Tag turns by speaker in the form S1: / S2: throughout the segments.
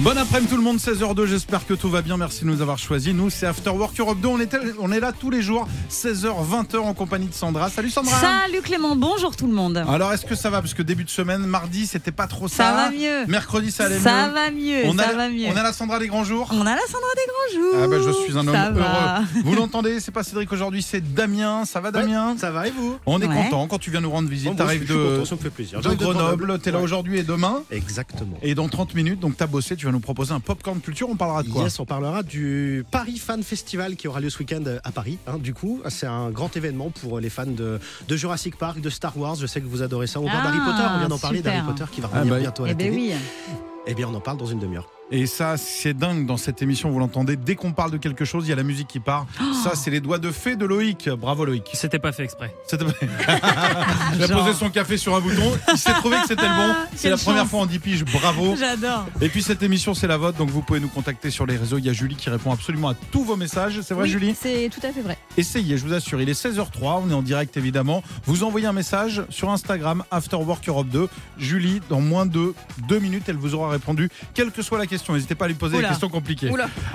S1: Bon après-midi tout le monde, 16h02, j'espère que tout va bien, merci de nous avoir choisis. Nous, c'est After Work Europe 2, on est, on est là tous les jours, 16h, 20h en compagnie de Sandra. Salut Sandra
S2: Salut Clément, bonjour tout le monde.
S1: Alors est-ce que ça va Parce que début de semaine, mardi, c'était pas trop ça.
S2: Ça va mieux.
S1: Mercredi, ça allait
S2: Ça
S1: mieux.
S2: va mieux,
S1: on,
S2: ça
S1: a,
S2: va mieux.
S1: on a la Sandra des grands jours
S2: On a la Sandra des grands jours.
S1: Ah bah je suis un homme
S2: Ça
S1: heureux.
S2: va.
S1: Vous l'entendez, c'est pas Cédric aujourd'hui, c'est Damien. Ça va Damien
S3: Ça va et vous
S1: On est
S2: Ouais.
S1: content quand tu viens nous rendre visite.
S3: Bon, bon,
S1: T'arrives
S3: je suis- je suis
S1: de,
S3: content, ça me fait plaisir.
S1: de
S3: J'arrive
S1: Grenoble, t'es là
S3: Ouais.
S1: aujourd'hui et demain.
S3: Exactement.
S1: Et dans 30 minutes, donc t'as bossé, tu vas nous proposer un popcorn culture, on parlera de quoi
S3: Yes, on parlera du Paris Fan Festival qui aura lieu ce week-end à Paris. hein. du coup, c'est un grand événement pour euh, les fans de, de Jurassic Park, de Star Wars. Je sais que vous adorez ça. On parle
S2: Ah,
S3: d'Harry Potter, on vient d'en parler
S2: super.
S3: d'Harry Potter qui va
S1: Ah
S3: revenir
S1: bah,
S3: bientôt à la
S2: Eh ben
S3: télé.
S2: oui.
S3: Eh bien, on en parle dans une demi-heure.
S1: Et ça, c'est dingue dans cette émission, vous l'entendez, dès qu'on parle de quelque chose, il y a la musique qui part.
S2: Oh.
S1: Ça, c'est les doigts de fée de Loïc. Bravo Loïc.
S4: C'était pas fait exprès.
S1: C'était- il a
S2: Genre. Ah,
S1: posé son café sur un bouton, il s'est trouvé que c'était le bon. C'est
S2: Quelle
S1: la première
S2: chance.
S1: fois en 10 piges, bravo.
S2: J'adore.
S1: Et puis cette émission, c'est la vôtre, donc vous pouvez nous contacter sur les réseaux. Il y a Julie qui répond absolument à tous vos messages, c'est vrai
S2: Oui,
S1: Julie
S2: C'est tout à fait vrai.
S1: Essayez, je vous assure, il est 16h03, on est en direct évidemment. Vous envoyez un message sur Instagram, Afterwork Europe 2. Julie, dans moins de deux minutes, elle vous aura répondu, quelle que soit la question. N'hésitez pas à lui poser des
S2: Oula.
S1: questions compliquées.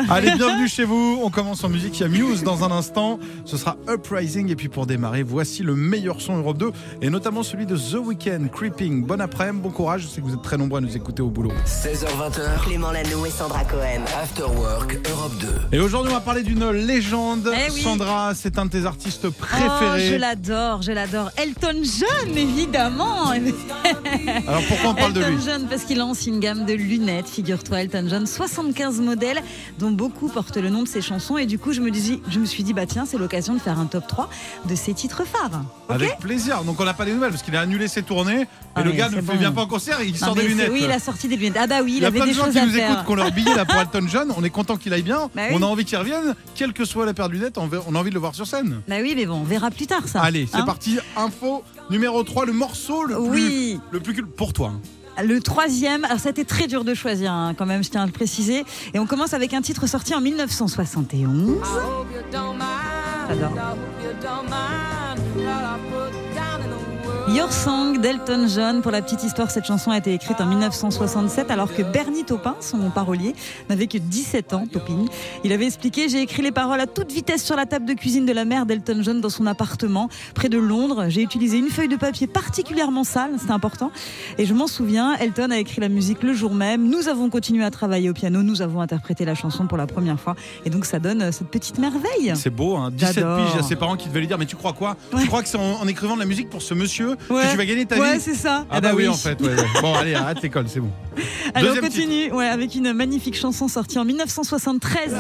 S1: Allez, bienvenue chez vous. On commence en musique. Il y a Muse dans un instant. Ce sera Uprising. Et puis pour démarrer, voici le meilleur son Europe 2 et notamment celui de The Weeknd, Creeping. Bon après-midi, bon courage. Je sais que vous êtes très nombreux à nous écouter au boulot.
S5: 16h20h,
S6: Clément Lano et Sandra Cohen.
S5: After Work Europe 2.
S1: Et aujourd'hui, on va parler d'une légende.
S2: Eh oui.
S1: Sandra, c'est un de tes artistes
S2: Oh, je
S1: préférés.
S2: l'adore, je l'adore. Elton John, évidemment.
S1: Alors pourquoi on parle de
S2: Elton
S1: lui
S2: John, parce qu'il lance une gamme de lunettes, figure-toi, Elton John, 75 modèles, dont beaucoup portent le nom de ses chansons. Et du coup, je me, dis, je me suis dit, bah tiens, c'est l'occasion de faire un top 3 de ses titres phares. Ok
S1: Avec plaisir. Donc on n'a pas des nouvelles parce qu'il a annulé ses tournées. Et
S2: Ah
S1: le
S2: mais
S1: gars ne
S2: c'est
S1: fait
S2: bon.
S1: bien pas en concert, il
S2: Non,
S1: sort des
S2: mais c'est-
S1: lunettes.
S2: Oui, il a sorti des lunettes. Ah bah oui, il,
S1: y a
S2: avait
S1: plein de
S2: des
S1: gens
S2: choses
S1: qui
S2: à
S1: nous
S2: faire.
S1: écoutent, qui ont leur billet là pour Elton John. On est content qu'il aille bien.
S2: Bah
S1: On
S2: oui.
S1: a envie qu'il revienne, quel que soit la paire de lunettes, on veut- on a envie de le voir sur scène.
S2: Bah oui, mais bon, on verra plus tard ça.
S1: Allez, c'est
S2: Hein
S1: parti. Info numéro 3, le morceau le plus.
S2: Oui,
S1: Le plus cul- pour toi. hein.
S2: le troisième, alors ça a été très dur de choisir hein, quand même, je tiens à le préciser. Et on commence avec un titre sorti en 1971. J'adore. Your Song d'Elton John. Pour la petite histoire, cette chanson a été écrite en 1967 alors que Bernie Taupin, son parolier, n'avait que 17 ans, Taupin. Il avait expliqué J'ai écrit les paroles à toute vitesse sur la table de cuisine de la mère d'Elton John dans son appartement près de Londres. J'ai utilisé une feuille de papier particulièrement sale, c'était important. Et je m'en souviens, Elton a écrit la musique le jour même. Nous avons continué à travailler au piano, nous avons interprété la chanson pour la première fois. Et donc ça donne euh, cette petite merveille.
S1: C'est beau, hein. 17 piges,
S2: J'adore.
S1: il y a ses parents qui devaient lui dire Mais tu crois quoi Tu
S2: Ouais.
S1: crois que c'est en, en écrivant de la musique pour ce monsieur
S2: Ouais.
S1: que tu vas gagner ta
S2: Ouais,
S1: vie
S2: c'est ça.
S1: Ah,
S2: Eh
S1: bah,
S2: ben
S1: oui, en fait. ouais, ouais. Bon, allez, arrête l'école, c'est bon.
S2: Allez, on
S1: Deuxième
S2: continue ouais, avec une magnifique chanson sortie en 1973.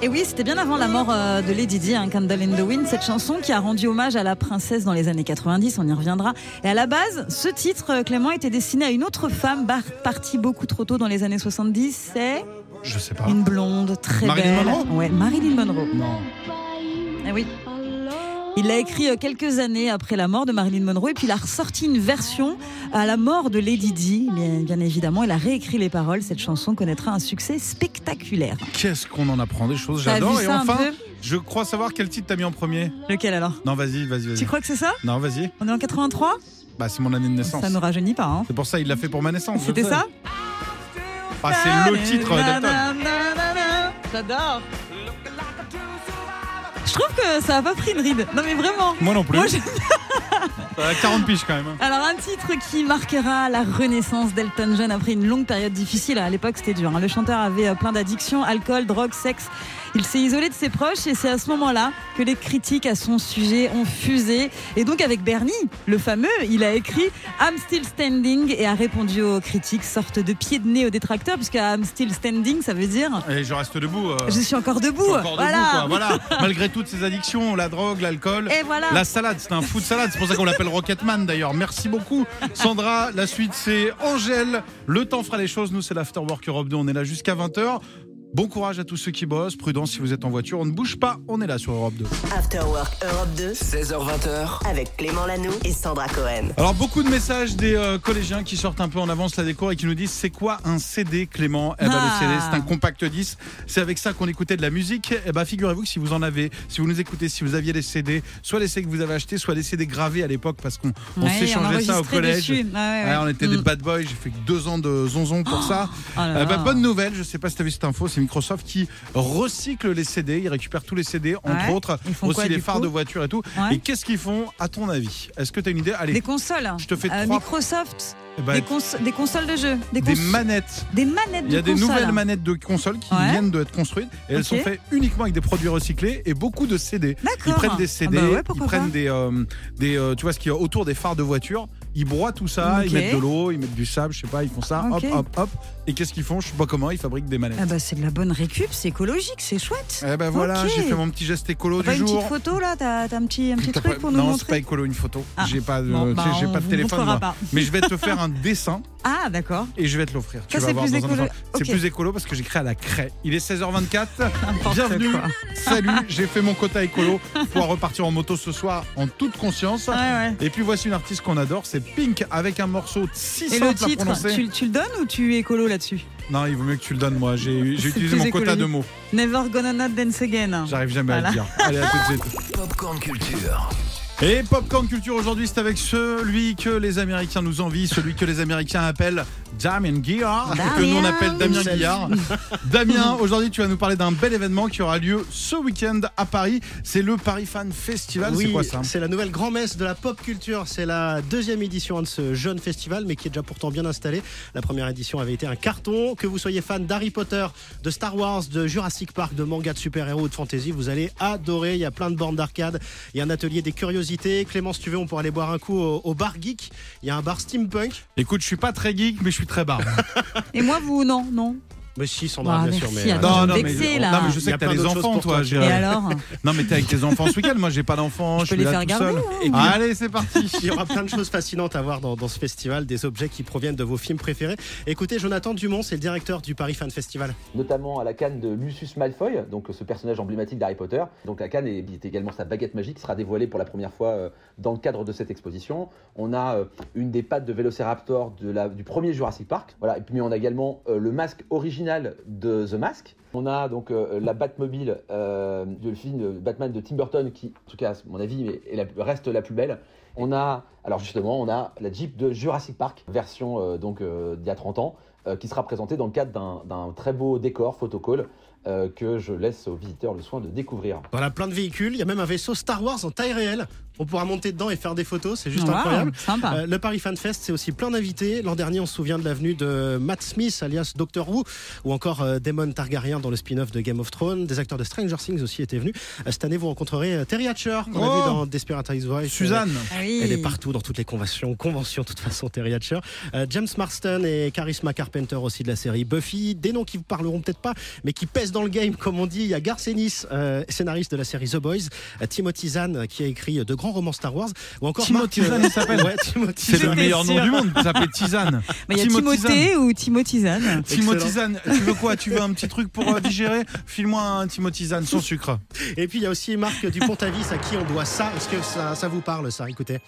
S2: Et oui, c'était bien avant la mort euh, de Lady Di, hein, Candle in the Wind, cette chanson qui a rendu hommage à la princesse dans les années 90, on y reviendra. Et à la base, ce titre, euh, Clément, était destiné à une autre femme bar- partie beaucoup trop tôt dans les années 70, c'est
S1: Je sais pas.
S2: une blonde très
S1: Marilyn
S2: belle.
S1: Monroe
S2: ouais, Marilyn Monroe.
S1: Non.
S2: Eh oui. Il l'a écrit euh, quelques années après la mort de Marilyn Monroe et puis il a ressorti une version à la mort de Lady Di. Bien, bien évidemment, il a réécrit les paroles. Cette chanson connaîtra un succès spectaculaire.
S1: Qu'est-ce qu'on en apprend des choses,
S2: T'as
S1: j'adore.
S2: vu
S1: Et
S2: ça un
S1: enfin,
S2: peu
S1: je crois savoir quel titre t'as mis en premier.
S2: Lequel alors
S1: Non, vas-y, vas-y,
S2: Tu
S1: vas-y.
S2: crois que c'est ça
S1: Non, vas-y.
S2: On est en 83
S1: Bah, c'est mon année de naissance.
S2: Ça ne rajeunit pas. hein.
S1: C'est pour ça il l'a fait pour ma naissance. je
S2: C'était
S1: le sais.
S2: ça
S1: Ah, c'est le titre d'Elton.
S2: Nanana, J'adore. Je trouve que ça a pas pris une ride. Non mais vraiment.
S1: Moi non plus.
S2: Moi, je-
S1: Euh, 40 piges quand même. hein.
S2: Alors un titre qui marquera la renaissance d'Elton John après une longue période difficile. À l'époque, c'était dur. hein. Le chanteur avait euh, plein d'addictions, alcool, drogue, sexe. Il s'est isolé de ses proches et c'est à ce moment-là que les critiques à son sujet ont fusé. Et donc avec Bernie, le fameux, il a écrit I'm Still Standing et a répondu aux critiques, sorte de pied de nez aux détracteurs, puisque I'm Still Standing, ça veut dire
S1: Et je reste debout. euh,
S2: je suis encore debout.
S1: je suis encore debout,
S2: voilà.
S1: quoi. Voilà. Malgré toutes ces addictions, la drogue, l'alcool.
S2: Et voilà.
S1: La salade, c'est un fou de salade, c'est pour ça qu'on l'appelle Rocketman d'ailleurs. Merci beaucoup Sandra, la suite c'est Angèle. Le temps fera les choses, nous c'est l'Afterwork Europe 2, on est là jusqu'à 20h. Bon courage à tous ceux qui bossent. Prudence si vous êtes en voiture. On ne bouge pas. On est là sur Europe 2.
S6: After Work Europe 2
S5: 16h20h,
S6: avec Clément Lanoux et Sandra Cohen.
S1: Alors beaucoup de messages des euh, collégiens qui sortent un peu en avance la décour et qui nous disent c'est quoi un CD Clément Eh ben,
S2: Ah.
S1: le CD c'est un compact 10. C'est avec ça qu'on écoutait de la musique. Eh ben figurez-vous que si vous en avez, si vous nous écoutez, si vous aviez des CD, soit les CD que vous avez achetés, soit des CD gravés à l'époque parce qu'on on
S2: Ouais,
S1: s'échangeait ça au
S2: enregistrait
S1: collège.
S2: dessus. Ah ouais, ouais.
S1: Ouais, on était des
S2: Mm.
S1: bad boys, j'ai fait que deux ans de zonzon pour ça.
S2: Oh là
S1: Euh, bah,
S2: là.
S1: bonne nouvelle, je sais pas si t'as vu cette info, c'est Microsoft qui recycle les CD, ils récupèrent tous les CD, entre
S2: Ouais.
S1: autres,
S2: Ils font
S1: aussi
S2: quoi,
S1: les
S2: du
S1: phares
S2: coup
S1: de voiture et tout.
S2: Ouais.
S1: Et qu'est-ce qu'ils font, à ton avis Est-ce que t'as une idée Allez,
S2: Des consoles.
S1: Je te fais
S2: Euh,
S1: trois-
S2: Microsoft.
S1: eh ben,
S2: des, cons- des consoles de jeu. Des,
S1: des
S2: cons-
S1: manettes.
S2: des manettes
S1: Il y a
S2: de hein.
S1: des
S2: consoles.
S1: nouvelles manettes de consoles qui
S2: Ouais.
S1: viennent d'être construites et elles
S2: Ok.
S1: sont faites uniquement avec des produits recyclés et beaucoup de CD.
S2: D'accord.
S1: Ils prennent des CD,
S2: Ah bah ouais,
S1: ils
S2: pourquoi
S1: prennent
S2: pas.
S1: des, euh, des euh, tu vois ce qu'il y a autour des phares de voiture, ils broient tout ça,
S2: Ok.
S1: ils mettent de l'eau, ils mettent du sable, je sais pas, ils font ça,
S2: Ok.
S1: hop, hop, hop. Et qu'est-ce qu'ils font Je sais pas comment, ils fabriquent des manettes.
S2: Ah bah c'est de la bonne récup, c'est écologique, c'est chouette.
S1: Eh ben voilà,
S2: Ah, Ok.
S1: j'ai fait mon petit geste écolo
S2: T'as
S1: du
S2: une
S1: jour.
S2: petite photo là, t'as t'as un petit, un petit
S1: T'as
S2: truc
S1: pas-
S2: pour nous
S1: non, c'est pas
S2: montrer
S1: écolo une photo.
S2: Ah.
S1: J'ai pas, de-
S2: Bon,
S1: tu sais,
S2: bah,
S1: j'ai
S2: on
S1: pas de
S2: vous
S1: téléphone
S2: montrera
S1: moi.
S2: pas.
S1: Mais je vais te faire un dessin
S2: Ah d'accord,
S1: et je vais te l'offrir. Tu
S2: Ça,
S1: vas
S2: c'est
S1: voir
S2: plus
S1: dans un
S2: écolo.
S1: instant. C'est
S2: Ok.
S1: plus écolo parce que j'ai créé à la craie. Il est 16h24.
S2: N'importe
S1: Bienvenue.
S2: quoi.
S1: Salut, j'ai fait mon quota écolo pour repartir en moto ce soir en toute conscience.
S2: Ouais, ouais.
S1: Et puis voici une artiste qu'on adore, c'est Pink avec un morceau si
S2: Et
S1: simple
S2: le
S1: à
S2: titre,
S1: prononcer.
S2: tu, tu le donnes ou tu es écolo là-dessus
S1: Non, il vaut mieux que tu le donnes moi. J'ai j'ai
S2: C'est
S1: utilisé
S2: plus
S1: mon quota de
S2: écologique.
S1: mots.
S2: Never gonna not dance again.
S1: J'arrive jamais à
S2: Voilà.
S1: le dire. Allez, à tout de suite.
S5: Popcorn Culture.
S1: Et Popcorn Culture aujourd'hui, c'est avec celui que les Américains nous envient, celui que les Américains appellent Damien Guillard,
S2: Damien.
S1: que nous on appelle Damien Guillard. Damien, aujourd'hui, tu vas nous parler d'un bel événement qui aura lieu ce week-end à Paris. C'est le Paris Fan Festival.
S3: Oui,
S1: c'est quoi ça
S3: C'est la nouvelle grand-messe de la pop culture. C'est la deuxième édition de ce jeune festival, mais qui est déjà pourtant bien installé. La première édition avait été un carton. Que vous soyez fan d'Harry Potter, de Star Wars, de Jurassic Park, de manga de super-héros ou de fantasy, vous allez adorer. Il y a plein de bornes d'arcade. Il y a un atelier des curiosités. Clémence, si tu veux, on pourra aller boire un coup au, au bar geek. Il y a un bar steampunk.
S1: Écoute, je suis pas très geek, mais je suis très barbe.
S2: Et moi vous, non, non.
S3: Mais si,
S2: Ah,
S3: Sandra, bien
S2: merci,
S3: sûr. Mais, euh,
S2: attends. Non,
S1: mais, euh,
S2: vexé, là.
S1: non, mais je
S3: Il y
S1: sais
S3: a
S1: que t'as
S3: plein
S1: les
S3: d'autres choses
S1: enfants,
S3: pour
S1: toi,
S3: toi.
S2: Et
S1: Gérald.
S2: alors
S1: Non, mais t'es avec tes enfants ce week-end. Moi, j'ai pas d'enfants, je,
S2: peux
S1: suis
S2: les
S1: là
S2: faire
S1: tout
S2: garder,
S1: seul.
S2: hein.
S1: Et puis- Allez, c'est parti.
S3: Il y aura plein de choses fascinantes à voir dans, dans ce festival, des objets qui proviennent de vos films préférés. Écoutez, Jonathan Dumont, c'est le directeur du Paris Fan Festival.
S4: notamment à la canne de Lucius Malfoy, donc ce personnage emblématique d'Harry Potter. Donc la canne est, est également sa baguette magique qui sera dévoilée pour la première fois euh, dans le cadre de cette exposition. On a euh, une des pattes de Vélociraptor de la- du premier Jurassic Park. Voilà. Et puis mais on a également euh, le masque original de The Mask. On a donc euh, la Batmobile euh, du film de Batman de Tim Burton qui, en tout cas, à mon avis, est- est la- reste la plus belle. On a, alors justement, on a la Jeep de Jurassic Park, version euh, donc euh, d'il y a 30 ans euh, qui sera présenté dans le cadre d'un- d'un très beau décor photocall euh, que je laisse aux visiteurs le soin de découvrir.
S3: Voilà, plein de véhicules. Il y a même un vaisseau Star Wars en taille réelle. On pourra monter dedans et faire des photos. C'est juste
S2: Wow,
S3: incroyable.
S1: Ah.
S2: Sympa.
S3: Euh, le Paris Fan Fest, c'est aussi plein d'invités. L'an dernier, on se souvient de l'avenue de Matt Smith, alias Doctor Who, ou encore euh, Damon Targaryen dans le spin-off de Game of Thrones. Des acteurs de Stranger Things aussi étaient venus. Euh, cette année, vous rencontrerez euh, Terry Hatcher, qu'on a
S1: Oh.
S3: vu dans Desperate Housewives.
S1: Suzanne.
S2: Ah oui.
S3: Elle est partout dans toutes les conventions, conventions de toute façon, Terry Hatcher. Euh, James Marston et Charisma Carpenter aussi de la série Buffy. Des noms qui vous parleront peut-être pas, mais qui pèsent dans le game, comme on dit. Il y a Garth Ennis, euh, scénariste de la série The Boys. Euh, Timothy Zahn, euh, qui a écrit euh, de grands romans Star Wars. Ou encore
S1: Timothy
S3: Mark, euh,
S1: Zahn, il s'appelle
S3: Ouais, Timothy
S1: C'est le
S3: Zahn.
S1: meilleur nom
S2: sûre.
S1: du monde. Ça s'appelle Tisane.
S2: Mais Bah, il y a
S1: Timothée
S2: Timothée ou Timotisane.
S1: Timotisane, tu veux quoi Tu veux un petit truc pour euh, digérer File-moi un Timotisane sans sucre.
S3: Et puis il y a aussi Marc Dupont-Avis, à qui on doit ça. Est-ce que ça, ça vous parle, ça Écoutez.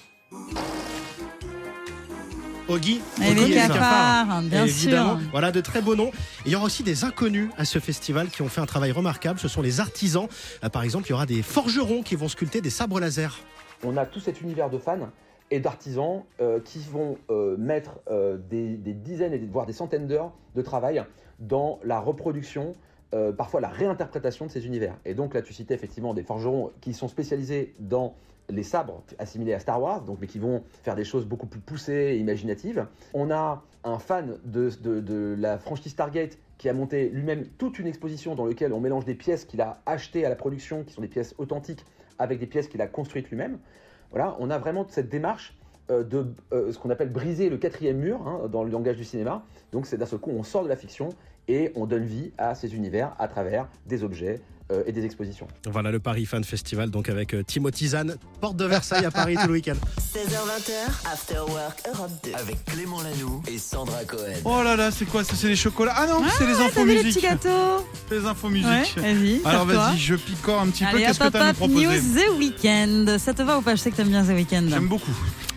S3: Oggy,
S2: Et
S3: Oggy
S2: les
S3: et les
S2: cafards, hein, bien
S3: Et
S2: sûr.
S3: évidemment, Voilà de très beaux noms. Et il y aura aussi des inconnus à ce festival qui ont fait un travail remarquable. Ce sont les artisans. Euh, Par exemple, il y aura des forgerons qui vont sculpter des sabres laser.
S4: On a tout cet univers de fans et d'artisans euh, qui vont euh, mettre euh, des, des dizaines, et des- voire des centaines d'heures de travail dans la reproduction, euh, parfois la réinterprétation de ces univers. Et donc là, tu citais effectivement des forgerons qui sont spécialisés dans les sabres assimilés à Star Wars, donc, mais qui vont faire des choses beaucoup plus poussées et imaginatives. On a un fan de, de- de la franchise Stargate qui a monté lui-même toute une exposition dans laquelle on mélange des pièces qu'il a achetées à la production, qui sont des pièces authentiques, avec des pièces qu'il a construites lui-même. Voilà, on a vraiment cette démarche euh, de euh, ce qu'on appelle briser le quatrième mur hein, dans le langage du cinéma. Donc c'est d'un seul coup, on sort de la fiction et on donne vie à ces univers à travers des objets, euh, et des expositions.
S3: Voilà le Paris Fan Festival, donc avec euh, Timothy Zahn, porte de Versailles à Paris tout le week-end.
S6: 16h20h, After Work Europe 2.
S5: Avec Clément Lanoux et Sandra Cohen.
S1: Oh là là, c'est quoi ça C'est les chocolats Ah non,
S2: Ah,
S1: c'est les infos
S2: T'as vu les petits
S1: musique.
S2: gâteaux
S1: Les infos
S2: Ouais,
S1: musique.
S2: vas-y.
S1: Alors
S2: sers-toi.
S1: vas-y, je picore un petit peu.
S2: Allez,
S1: Qu'est-ce que
S2: hop,
S1: t'as à nous
S2: hop, hop, News
S1: proposer
S2: The Weeknd. Ça te va ou pas Je sais que t'aimes bien The Weeknd.
S1: J'aime beaucoup.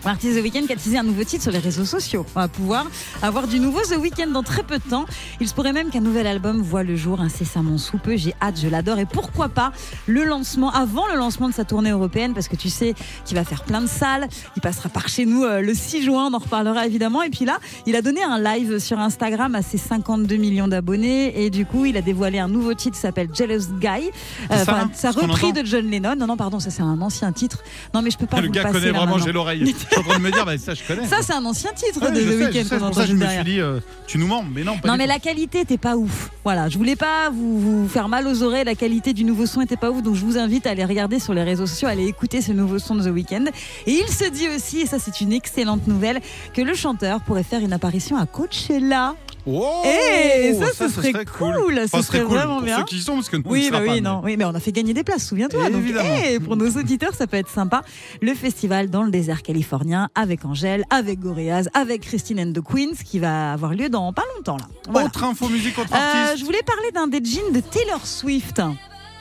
S2: Artiste The Weeknd qui a teasé un nouveau titre sur les réseaux sociaux. On va pouvoir avoir du nouveau The Weeknd dans très peu de temps. Il se pourrait même qu'un nouvel album voit le jour incessamment sous peu. J'ai hâte, je l'adore. Et pourquoi pas le lancement, avant le lancement de sa tournée européenne, parce que tu sais qu'il va faire plein de salles. Il passera par chez nous euh, le 6 juin, on en reparlera évidemment. Et puis là, il a donné un live sur Instagram à ses 52 millions d'abonnés. Et du coup, il a dévoilé un nouveau titre qui s'appelle Jealous Guy. Euh,
S1: C'est ça,
S2: enfin,
S1: hein,
S2: sa
S1: ce qu'on
S2: reprise
S1: entend
S2: de John Lennon. Non, non, pardon, ça c'est un ancien titre. Non, mais je peux pas
S1: le
S2: vous
S1: gars
S2: passer
S1: connaît
S2: là,
S1: vraiment,
S2: maintenant.
S1: j'ai l'oreille. Je suis en train de me dire, bah, ça je connais.
S2: Ça, c'est un ancien titre
S1: Ouais,
S2: de
S1: Ah je
S2: The
S1: sais, je sais,
S2: Weeknd
S1: c'est
S2: qu'on
S1: pour ça
S2: entend
S1: que je me
S2: derrière.
S1: suis dit, euh, tu nous mens, mais non. Pas
S2: Non
S1: du
S2: mais
S1: tout.
S2: la qualité était pas ouf. Voilà, je voulais pas vous, vous faire mal aux oreilles, la qualité du nouveau son était pas ouf, donc je vous invite à aller regarder sur les réseaux sociaux, à aller écouter ce nouveau son de The Weeknd. Et il se dit aussi, et ça c'est une excellente nouvelle, que le chanteur pourrait faire une apparition à Coachella.
S1: Oh,
S2: Eh, ça, ce serait cool, ce
S1: Enfin,
S2: serait vraiment
S1: pour
S2: bien.
S1: Ceux qui y sont, parce que nous, on ne
S2: Oui,
S1: sera
S2: bah oui,
S1: pas,
S2: non. Oui, mais on a fait gagner des places, souviens-toi. Donc,
S1: Évidemment.
S2: eh, pour nos auditeurs, ça peut être sympa. Le festival dans le désert californien avec Angèle, avec Gorillaz, avec Christine and the Queens, qui va avoir lieu dans pas longtemps là.
S1: mais-
S2: Voilà.
S1: Autre info musique, autre
S2: Euh,
S1: artiste.
S2: je voulais parler d'un des jeans de Taylor Swift.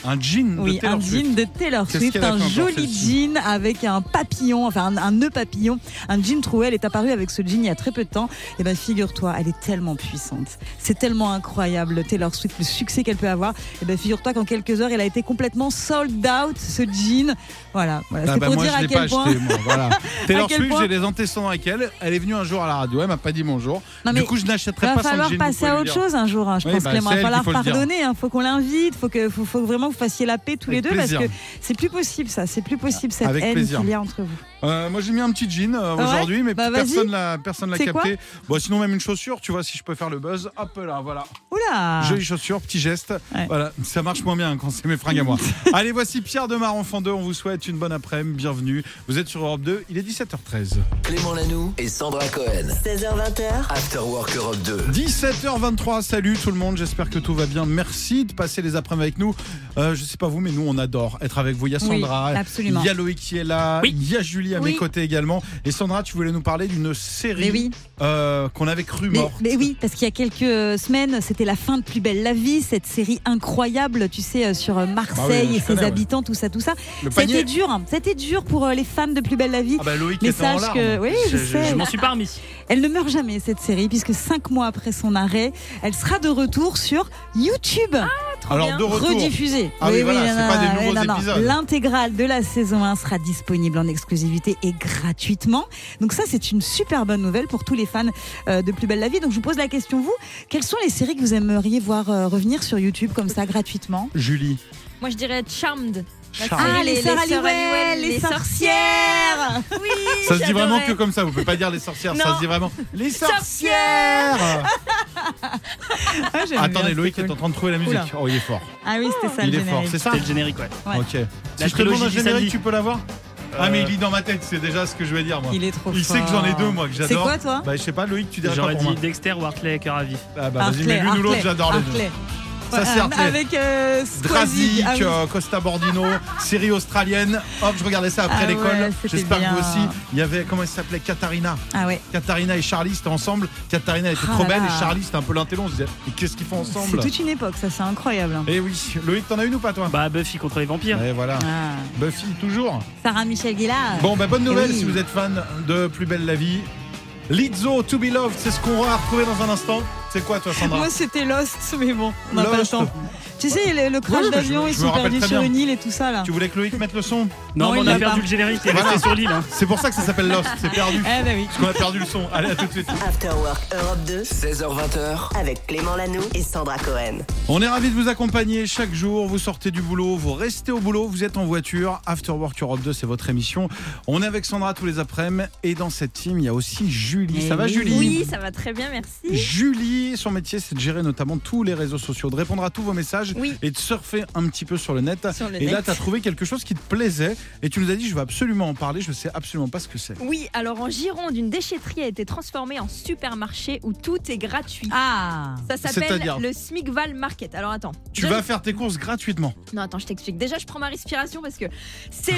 S1: Un jean
S2: oui,
S1: de Taylor
S2: un
S1: Swift.
S2: jean de Taylor
S1: Qu'est-ce
S2: Swift,
S1: qu'elle a
S2: un
S1: fait encore,
S2: joli
S1: celle-ci
S2: jean avec un papillon, enfin un, un nœud papillon. Un jean troué, elle est apparue avec ce jean il y a très peu de temps. Et ben figure-toi, elle est tellement puissante. C'est tellement incroyable Taylor Swift, le succès qu'elle peut avoir. Et ben figure-toi qu'en quelques heures, elle a été complètement sold out ce jean. Voilà, voilà.
S1: Ah
S2: c'est
S1: bah
S2: pour
S1: moi,
S2: dire
S1: je
S2: à
S1: l'ai
S2: quel
S1: pas
S2: point.
S1: acheté, moi, voilà. Taylor
S2: quel
S1: Swift,
S2: point-
S1: j'ai des antécédents avec elle. Elle est venue un jour à la radio, elle m'a pas dit bonjour.
S2: Non, mais
S1: du coup, je n'achèterai
S2: va
S1: pas son
S2: falloir
S1: jean.
S2: passer
S1: vous
S2: à
S1: pouvez
S2: autre
S1: lui dire.
S2: chose un jour, hein, je
S1: Oui,
S2: pense
S1: bah,
S2: Clément.
S1: c'est
S2: Il va
S1: elle qu'il
S2: falloir
S1: faut le dire.
S2: pardonner, hein, faut qu'on l'invite, faut que, faut, faut vraiment que vous fassiez la paix tous
S1: Avec
S2: les deux parce
S1: plaisir.
S2: que c'est plus possible ça, c'est plus possible cette
S1: Avec
S2: haine
S1: plaisir.
S2: qu'il y a entre vous.
S1: Euh, moi, j'ai mis un petit jean euh,
S2: ouais
S1: aujourd'hui, mais
S2: Bah,
S1: personne
S2: vas-y.
S1: l'a personne l'a
S2: C'est quoi
S1: capté. Bon, sinon même une chaussure, tu vois, si je peux faire le buzz, hop là, voilà.
S2: Oula
S1: Jolie chaussure, petit geste.
S2: Ah. Ouais.
S1: Voilà, ça marche moins bien quand c'est mes fringues à moi. Allez, voici Pierre Demar, enfant 2. On vous souhaite une bonne après-midi. Bienvenue. Vous êtes sur Europe 2. Il est 17h13.
S5: Clément Lanoux et Sandra Cohen.
S6: 16h20h,
S5: After Work Europe 2.
S1: 17h23. Salut tout le monde. J'espère que tout va bien. Merci de passer les après-midi avec nous. Euh, je sais pas vous, mais nous, on adore être avec vous. Il y a
S2: Oui,
S1: Sandra,
S2: absolument.
S1: il y a Loïc qui est là, il y a Julie à
S2: Oui.
S1: mes côtés également. Et Sandra, tu voulais nous parler d'une série
S2: Mais oui.
S1: euh, qu'on avait cru
S2: Mais,
S1: morte.
S2: mais oui, parce qu'il y a quelques euh, semaines, c'était la fin de Plus belle la vie, cette série incroyable, tu sais, euh, sur euh,
S1: Bah
S2: Marseille
S1: je
S2: et ses
S1: connais, ouais.
S2: habitants, tout ça, tout ça.
S1: Le
S2: C'était
S1: panier.
S2: dur, hein. c'était dur pour euh, les fans de Plus belle la vie.
S1: Ah bah Loïc
S2: Mais
S1: était en
S2: sache
S1: larmes.
S2: que, oui, je,
S7: Je- je-
S2: sais.
S7: je m'en suis pas remis.
S2: Elle ne meurt jamais cette série, puisque cinq mois après son arrêt, elle sera de retour sur YouTube,
S1: Alors de retour.
S2: rediffusée.
S1: Ah oui, voilà, c'est
S2: nanana,
S1: pas des
S2: oui,
S1: nouveaux
S2: nanana.
S1: épisodes.
S2: L'intégrale de la saison 1 sera disponible en exclusivité et gratuitement. Donc ça, c'est une super bonne nouvelle pour tous les fans euh, de Plus belle la vie. Donc je vous pose la question, vous, quelles sont les séries que vous aimeriez voir euh, revenir sur YouTube comme ça gratuitement
S1: Julie.
S8: Moi, je dirais Charmed. La
S1: Charmed.
S8: série
S2: Ah, les,
S8: Les
S2: sœurs
S8: Sœurs
S2: Halliwell,
S8: Halliwell,
S2: les,
S8: les
S2: sorcières.
S8: Oui,
S1: Ça se dit vraiment que
S8: j'adorais.
S1: comme ça, vous pouvez pas dire les sorcières, ça
S8: Non.
S1: se dit vraiment les
S8: Sorcières
S1: sorcières.
S2: Ah,
S1: Attendez, Loïc est en train de trouver la musique.
S2: Oula.
S1: Oh, il est fort.
S2: Ah oui, c'était ça
S1: il
S2: le
S1: est fort,
S2: générique.
S1: c'est ça
S7: C'était le générique, ouais.
S2: Ouais.
S1: Ok.
S7: La
S1: si je te demande un
S7: trilogie du
S1: générique,
S7: samedi.
S1: tu peux l'avoir Ah,
S7: Euh,
S1: mais il lit dans ma tête, c'est déjà ce que je vais dire moi.
S2: Il est trop
S1: Il sait que
S2: fort.
S1: j'en ai deux moi que
S2: C'est
S1: j'adore.
S2: quoi toi
S1: Bah, je sais pas, Loïc, tu dirais pas
S7: J'aurais
S1: pour moi.
S7: dit Dexter, Wartley, cœur à vif.
S1: Ah, bah, vas-y,
S2: Hartley,
S1: mais l'une ou l'autre,
S2: Hartley,
S1: j'adore les deux.
S2: Hartley.
S1: Ça, c'est
S2: Euh,
S1: Hartley.
S2: Avec euh, Squazik.
S1: Drazik,
S2: Ah oui.
S1: euh, Costa Bordino, série australienne. Hop, je regardais ça après
S2: Ah
S1: l'école.
S2: ouais, c'était
S1: J'espère que vous
S2: bien.
S1: aussi. Il y avait, comment elle s'appelait Katharina.
S2: Ah ouais.
S1: Katharina et Charlie, c'était ensemble. Katharina elle était
S2: Ah
S1: trop
S2: là
S1: belle
S2: là.
S1: et Charlie, c'était un peu l'intello. On se disait, mais qu'est-ce qu'ils font
S2: C'est
S1: ensemble
S2: toute une époque, ça c'est incroyable. hein.
S1: Eh oui, Loïc, t'en as une ou pas, toi
S7: Bah, Buffy contre les vampires.
S1: Eh voilà.
S2: Ah.
S1: Buffy, toujours.
S2: Sarah Michel Gellar.
S1: Bon, bah, bonne nouvelle
S2: Eh oui.
S1: si vous êtes fan de Plus Belle la Vie. Lizzo, To Be Loved, c'est ce qu'on va retrouver dans un instant. C'est quoi, toi, Sandra
S2: Moi c'était Lost, mais bon, on n'a pas le
S1: Lost.
S2: temps. Tu sais, le, le crash
S1: Ouais, mais je
S2: d'avion,
S1: me-
S2: ils
S1: je me
S2: sont
S1: rappelle
S2: perdus
S1: très
S2: sur
S1: bien.
S2: une île et tout ça là.
S1: Tu voulais que Loïc mette le son
S7: Non,
S2: Non,
S7: mais
S2: il
S7: on a
S2: l'a
S7: perdu
S2: pas.
S7: le générique, t'es resté
S1: Voilà.
S7: sur l'île. hein.
S1: C'est pour ça que ça s'appelle Lost, c'est perdu.
S2: Eh bah oui.
S1: Parce qu'on a perdu le son. Allez, à tout de suite.
S6: After Work Europe 2
S5: 16h20h.
S6: avec Clément Lanoux et Sandra Cohen.
S1: On est ravis de vous accompagner chaque jour. Vous sortez du boulot, vous restez au boulot, vous êtes en voiture. After Work Europe 2, c'est votre émission. On est avec Sandra tous les après-midi. Et dans cette team, il y a aussi Julie.
S2: Eh
S1: ça va,
S2: oui.
S1: Julie
S8: Oui, ça va très bien, merci.
S1: Julie, Lui, son métier, c'est de gérer notamment tous les réseaux sociaux, de répondre à tous vos messages
S8: Oui.
S1: et de surfer un petit peu sur le net.
S8: Sur le
S1: et là,
S8: net.
S1: tu as trouvé quelque chose qui te plaisait et tu nous as dit, je vais absolument en parler, je ne sais absolument pas ce que c'est.
S8: Oui, alors en Gironde, une déchetterie a été transformée en supermarché où tout est gratuit.
S2: Ah
S8: Ça
S1: C'est-à-dire
S8: s'appelle le Smigval Market. Alors attends.
S1: Tu
S8: Déjà-
S1: vas faire tes courses gratuitement.
S8: Non, attends, je t'explique. Déjà, je prends ma respiration parce que c'est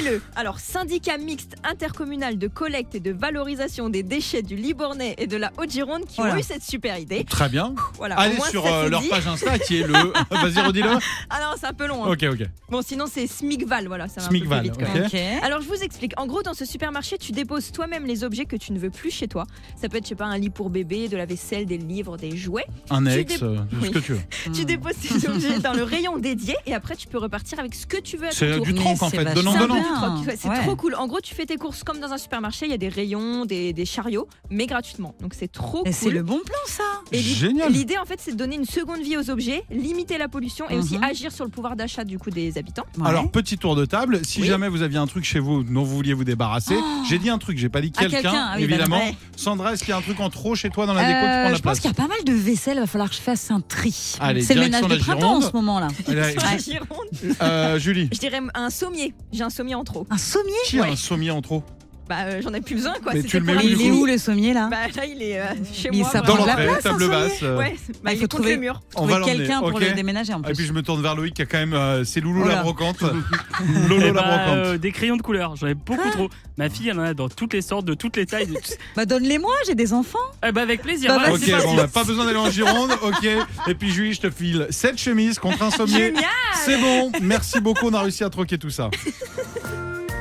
S8: le alors syndicat mixte intercommunal de collecte et de valorisation des déchets du Libournais et de la Haute-Gironde qui
S2: Voilà.
S8: ont eu cette super idée.
S1: Très bien.
S8: Voilà,
S2: Ah,
S8: au
S1: Allez
S8: moins,
S1: sur
S8: ça,
S1: euh,
S8: c'est
S1: leur
S8: dit.
S1: page Insta qui est le. Vas-y, redis-le.
S8: Ah non, c'est un peu long. hein.
S1: Ok, ok.
S8: Bon, sinon, c'est Smigval, voilà, ça va un
S1: Smigval,
S8: peu plus vite quand
S1: ok.
S8: même.
S2: Ok.
S8: Alors je vous explique. En gros, dans ce supermarché, tu déposes toi-même les objets que tu ne veux plus chez toi. Ça peut être, je sais pas, un lit pour bébé, de la vaisselle, des livres, des jouets.
S1: Un
S8: Tu
S1: ex,
S8: dé-
S1: euh, tout ce
S8: Oui.
S1: que tu veux.
S8: Tu déposes ces objets dans le rayon dédié et après tu peux repartir avec ce que tu veux à ton
S1: C'est
S8: tour.
S1: du
S2: Mais
S1: troc en
S2: c'est
S1: fait,
S2: vachement
S1: donnant,
S8: C'est un peu
S1: donnant.
S8: du troc, ouais, C'est
S2: Ouais.
S8: trop cool. En gros, tu fais tes courses comme dans un supermarché. Il y a des rayons, des, des chariots, mais gratuitement. Donc c'est trop
S2: Mais
S8: cool.
S2: c'est le bon plan, ça
S8: Et l'i-
S1: Génial.
S8: L'idée, en fait, c'est de donner une seconde vie aux objets, limiter la pollution et aussi
S2: Mhm.
S8: agir sur le pouvoir d'achat du coup des habitants.
S2: Ouais.
S1: Alors, petit tour de table. Si jamais vous aviez un truc chez vous dont vous vouliez vous débarrasser, j'ai dit un truc, j'ai pas dit
S2: Ah, Oh. quelqu'un,
S1: quelqu'un,
S2: ah oui, bah,
S1: évidemment.
S2: ouais.
S1: Sandra, est-ce qu'il y a un truc en trop chez toi dans la déco qui prend
S2: Euh,
S1: la
S2: je pense
S1: place
S2: qu'il y a pas mal de vaisselle, va falloir que je fasse un tri.
S1: Allez,
S2: C'est le
S1: direction
S2: ménage de
S1: la
S2: printemps en
S1: Gironde.
S2: ce moment-là.
S1: Allez,
S8: Ah,
S2: Ouais.
S8: Gironde.
S1: euh, Julie,
S8: Je dirais un sommier. J'ai un sommier en trop.
S2: Un sommier
S1: qui a un sommier en trop
S8: Bah, euh, j'en ai plus besoin, quoi.
S1: Mais
S8: C'était
S1: tu le mets
S8: pour
S1: où, du
S8: la
S2: Ah, Il est
S8: cuisine.
S1: coup
S2: où le sommier là
S8: Bah là, il est euh, chez
S2: Mais
S8: moi.
S2: ça
S8: vraiment.
S1: Dans
S2: prend de la
S1: l'entrée,
S2: place, un
S1: table
S2: sommier.
S1: basse. euh,
S8: Ouais,
S2: Ah, il
S8: bah, il
S2: faut
S8: est contre
S2: trouver-
S8: le mur.
S1: On va
S2: Trouver
S1: l'emmener.
S2: quelqu'un pour
S1: ok.
S2: le déménager en
S1: Et puis
S2: plus.
S1: je me tourne vers Loïc qui a quand même. euh, c'est Loulou
S2: Oh
S1: la
S2: là. ben,
S1: brocante. Lolo
S7: Eh
S1: la
S7: bah,
S1: brocante.
S7: euh, des crayons de couleur, j'en ai beaucoup
S2: Ah.
S7: trop. Ma fille, elle en a dans toutes les sortes, de toutes les tailles. de tout-
S2: Bah donne-les-moi, j'ai des enfants.
S7: Eh bah, avec plaisir.
S2: Bah,
S7: voilà,
S2: vas-y,
S7: c'est
S1: Ok, bon,
S7: parti.
S1: bah, pas besoin d'aller en Gironde. Ok. Et puis, Julie, je te file 7 chemises contre un sommier.
S8: Génial
S1: C'est bon. Merci beaucoup. On a réussi à troquer tout ça.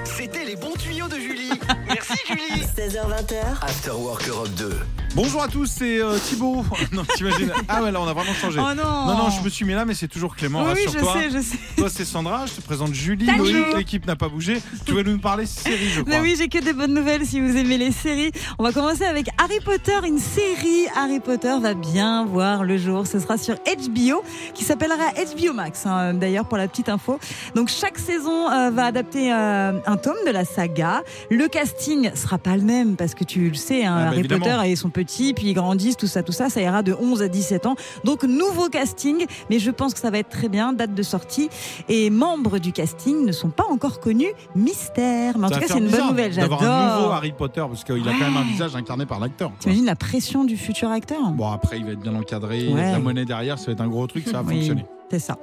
S5: C'était les bons tuyaux de Julie. Merci Julie.
S6: 16h20h,
S5: After Work Europe 2.
S1: Bonjour à tous, c'est euh, Thibaut. Non, t'imagines. Ah ouais, là, on a vraiment changé.
S2: Oh non
S1: Non, non, je me suis mis là, mais c'est toujours Clément.
S2: Oui, je
S1: Rassure-toi.
S2: sais, je sais.
S1: Toi, c'est Sandra. Je te présente Julie.
S8: Salut.
S1: Loïc, L'équipe n'a pas bougé. Tu vas nous parler série, je crois.
S2: Mais oui, j'ai que des bonnes nouvelles si vous aimez les séries. On va commencer avec Harry Potter, une série. Harry Potter va bien voir le jour. Ce sera sur HBO, qui s'appellera HBO Max, hein, d'ailleurs, pour la petite info. Donc, chaque saison euh, va adapter euh, un tome de la saga. Le casting sera pas le même, parce que tu le sais, hein,
S1: Ah, bah,
S2: Harry
S1: évidemment.
S2: Potter et son petit, puis ils grandissent, tout ça, tout ça. Ça ira de 11 à 17 ans. Donc, nouveau casting, mais je pense que ça va être très bien. Date de sortie. Et membres du casting ne sont pas encore connus. Mystère. Mais en
S1: Ça
S2: tout
S1: va faire
S2: cas, c'est une bonne
S1: bizarre
S2: nouvelle.
S1: D'avoir un nouveau
S2: J'adore.
S1: Harry Potter, parce qu'il a quand même un visage incarné par l'acteur. quoi.
S2: T'imagines la pression du futur acteur
S1: Bon, après, il va être bien encadré. Il y a de la
S2: Ouais.
S1: monnaie derrière. Ça va être un gros truc. Ça va
S2: Oui,
S1: fonctionner.
S2: C'est ça.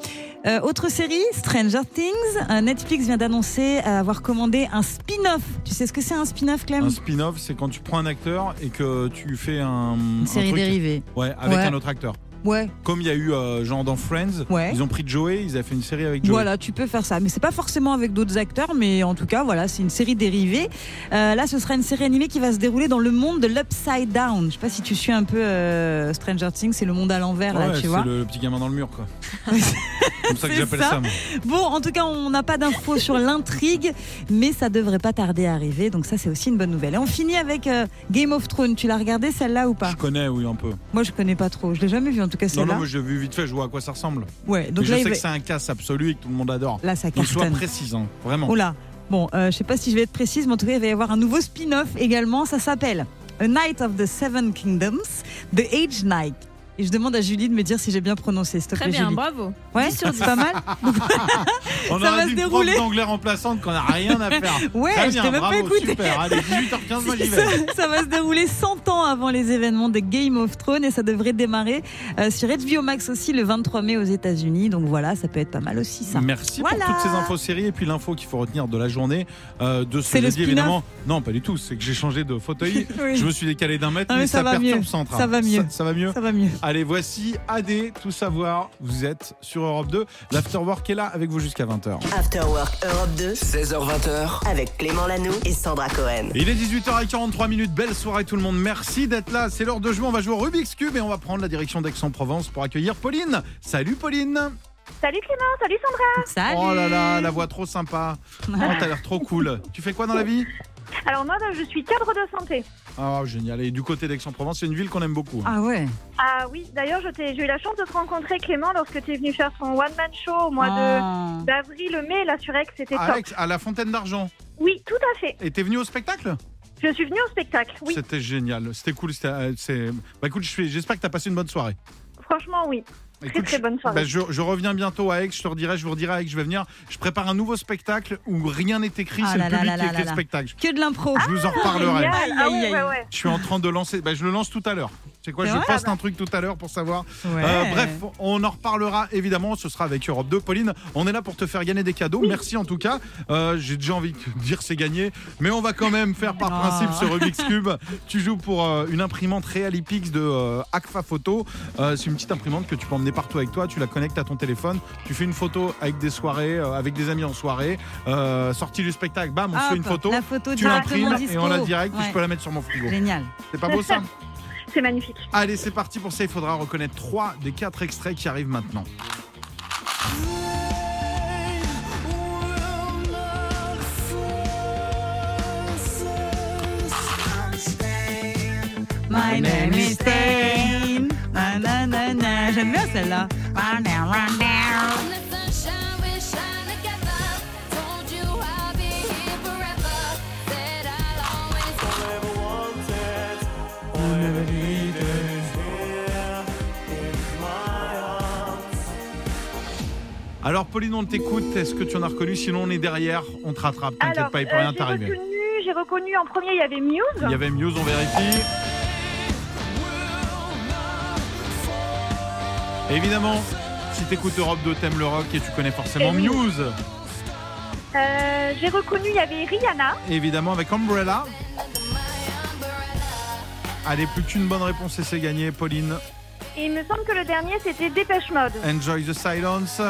S2: Euh, autre série, Stranger Things. Euh, Netflix vient d'annoncer euh, avoir commandé un spin-off. Tu sais ce que c'est un spin-off, Clem
S1: Un spin-off, c'est quand tu prends un acteur et que tu fais un. un
S2: Une série
S1: truc-
S2: dérivée.
S1: Ouais, avec
S2: Ouais.
S1: un autre acteur.
S2: Ouais.
S1: Comme il y a eu, euh, genre, dans Friends,
S2: Ouais.
S1: ils ont pris Joey, ils avaient fait une série avec Joey.
S2: Voilà, tu peux faire ça. Mais c'est pas forcément avec d'autres acteurs, mais en tout cas, voilà, c'est une série dérivée. Euh, là, ce sera une série animée qui va se dérouler dans le monde de l'Upside Down. Je sais pas si tu suis un peu euh, Stranger Things, c'est le monde à l'envers,
S1: Ouais,
S2: là, tu
S1: c'est
S2: vois.
S1: le, le petit gamin dans le mur, quoi. comme ça que
S2: C'est
S1: j'appelle
S2: ça.
S1: ça. moi.
S2: Bon, en tout cas, on n'a pas d'infos sur l'intrigue, mais ça devrait pas tarder à arriver. Donc ça, c'est aussi une bonne nouvelle. Et on finit avec euh, Game of Thrones. Tu l'as regardé celle-là ou pas
S1: Je connais, oui, un peu.
S2: Moi, je connais pas trop. Je l'ai jamais vu en tout cas
S1: Non, non,
S2: celle-là.
S1: mais j'ai vu vite fait, je vois à quoi ça ressemble.
S2: Ouais.
S1: Mais
S2: Donc
S1: je
S2: là,
S1: sais
S2: il va-
S1: que c'est un casse absolu et que tout le monde adore.
S2: là, ça
S1: Donc sois
S2: cartonne.
S1: précis, hein, vraiment.
S2: Oula. Oh Bon, euh, je sais pas si je vais être précise, mais en tout cas, il va y avoir un nouveau spin-off également. Ça s'appelle A Night of the Seven Kingdoms, The Age Night. Et je demande à Julie de me dire si j'ai bien prononcé. s'il te
S8: Très
S2: plaît,
S8: bien,
S2: Julie.
S8: bravo.
S2: Ouais, c'est pas mal.
S1: On
S2: Oh, ça
S1: aura
S2: va
S1: dit
S2: se
S1: le prof
S2: dérouler.
S1: d'anglais remplaçante qu'on n'a rien à faire.
S2: Ouais,
S1: Très
S2: je
S1: bien,
S2: t'ai même
S1: bravo,
S2: pas écouté.
S1: super. Allez, 18h15, moi j'y
S2: Ça,
S1: vais.
S2: ça va se dérouler 100 ans avant les événements de Game of Thrones et ça devrait démarrer euh, sur HBO Max aussi le 23 mai aux États-Unis. Donc voilà, ça peut être pas mal aussi ça.
S1: Merci
S2: Voilà.
S1: pour toutes ces infos séries et puis l'info qu'il faut retenir de la journée euh, de ce
S2: C'est le
S1: jeudi
S2: spin-off
S1: évidemment. Non, pas du tout. C'est que j'ai changé de fauteuil.
S2: Oui.
S1: Je me suis décalé d'un mètre,
S2: Ah, mais
S1: mais
S2: ça
S1: ça,
S2: va
S1: perturbe
S2: mieux.
S1: son train.
S2: Ça va mieux.
S1: Ça, va mieux.
S2: Ça va mieux.
S1: Allez, voici AD, tout savoir. Vous êtes sur Europe 2. L'afterwork est là avec vous jusqu'à 20h.
S6: After Work Europe 2
S5: 16h20h.
S6: avec Clément Lanou et Sandra Cohen.
S1: Il est 18h43 minutes. Belle soirée tout le monde. Merci d'être là. C'est l'heure de jouer. On va jouer au Rubik's Cube et on va prendre la direction d'Aix-en-Provence pour accueillir Pauline. Salut Pauline.
S9: Salut Clément, salut Sandra.
S2: Salut.
S1: Oh là là, la voix trop sympa. Oh, t'as l'air trop cool. Tu fais quoi dans la vie
S9: Alors moi, ben, je suis cadre de santé.
S1: Ah génial. Et du côté d'Aix-en-Provence, c'est une ville qu'on aime beaucoup.
S2: Ah ouais.
S9: Ah oui, d'ailleurs, je t'ai- j'ai eu la chance de te rencontrer Clément lorsque tu es venu faire son one-man show au mois
S2: Ah.
S9: de
S1: Ah
S9: d'avril, mai, là sur X, c'était top.
S1: Alex, à la Fontaine d'Argent.
S9: Oui, tout à fait.
S1: Et t'es venu au spectacle
S9: Je suis venue au spectacle, oui.
S1: C'était génial, c'était cool. c'était, euh, c'est- Bah, écoute, je suis- j'espère que tu as passé une bonne soirée.
S9: Franchement, oui. Très
S1: Écoute,
S9: très
S1: je-
S9: bonne
S1: bah,
S9: soirée.
S1: je, je reviens bientôt à Aix, je te redirai, je vous redirai à Aix, je vais venir. Je prépare un nouveau spectacle où rien n'est écrit,
S2: Ah
S1: c'est
S2: là
S1: le
S2: là
S1: public
S2: là
S1: qui écrit
S2: là
S1: le
S2: là.
S1: spectacle.
S2: Que de l'impro.
S1: Je vous en reparlerai.
S9: Génial. Ah
S2: Aïe,
S9: oui,
S2: aïe,
S9: ouais,
S2: aïe.
S9: ouais.
S1: Je suis en train de lancer, bah, je le lance tout à l'heure. C'est quoi,
S2: C'est
S1: je
S2: vrai
S1: poste un truc tout à l'heure pour savoir.
S2: Ouais.
S1: Euh, bref, on en reparlera évidemment, ce sera avec Europe 2. Pauline, on est là pour te faire gagner des cadeaux. Merci en tout cas. Euh, J'ai déjà envie de dire c'est gagné, mais on va quand même faire par
S2: Ah.
S1: principe ce Rubik's Cube. Tu joues pour euh, une imprimante Realipix de euh, Agfa Photo. Euh, c'est une petite imprimante que tu peux emmener partout avec toi. Tu la connectes à ton téléphone. Tu fais une photo avec des soirées, euh, avec des amis en soirée. Euh, sortie du spectacle, bam, on se fait
S2: Ah, Hop,
S1: une photo.
S2: La photo
S1: Tu
S2: directement
S1: l'imprimes
S2: dispo.
S1: et on la direct, puis
S2: Ouais.
S1: je peux la mettre sur mon frigo.
S2: Génial.
S1: C'est pas beau ça
S9: C'est magnifique.
S1: Allez, c'est parti pour ça. Il faudra reconnaître trois des quatre extraits qui arrivent maintenant.
S2: My name is Stain. Na, na, na, na. J'aime bien celle-là.
S1: Alors, Pauline, on t'écoute. Est-ce que tu en as reconnu Sinon, on est derrière. On te rattrape. T'inquiète
S9: Alors,
S1: pas, il peut
S9: euh,
S1: rien
S9: j'ai
S1: t'arriver.
S9: reconnu, j'ai reconnu en premier, il y avait Muse.
S1: Il y avait Muse, on vérifie. Évidemment, si t'écoutes Europe 2, t'aimes le rock et tu connais forcément
S9: Et oui.
S1: Muse.
S9: Euh, j'ai reconnu, il y avait Rihanna.
S1: Évidemment, avec Umbrella. Allez, plus qu'une bonne réponse et c'est gagné, Pauline.
S9: Et il me semble que le dernier, c'était Dépêche Mode.
S1: Enjoy the silence.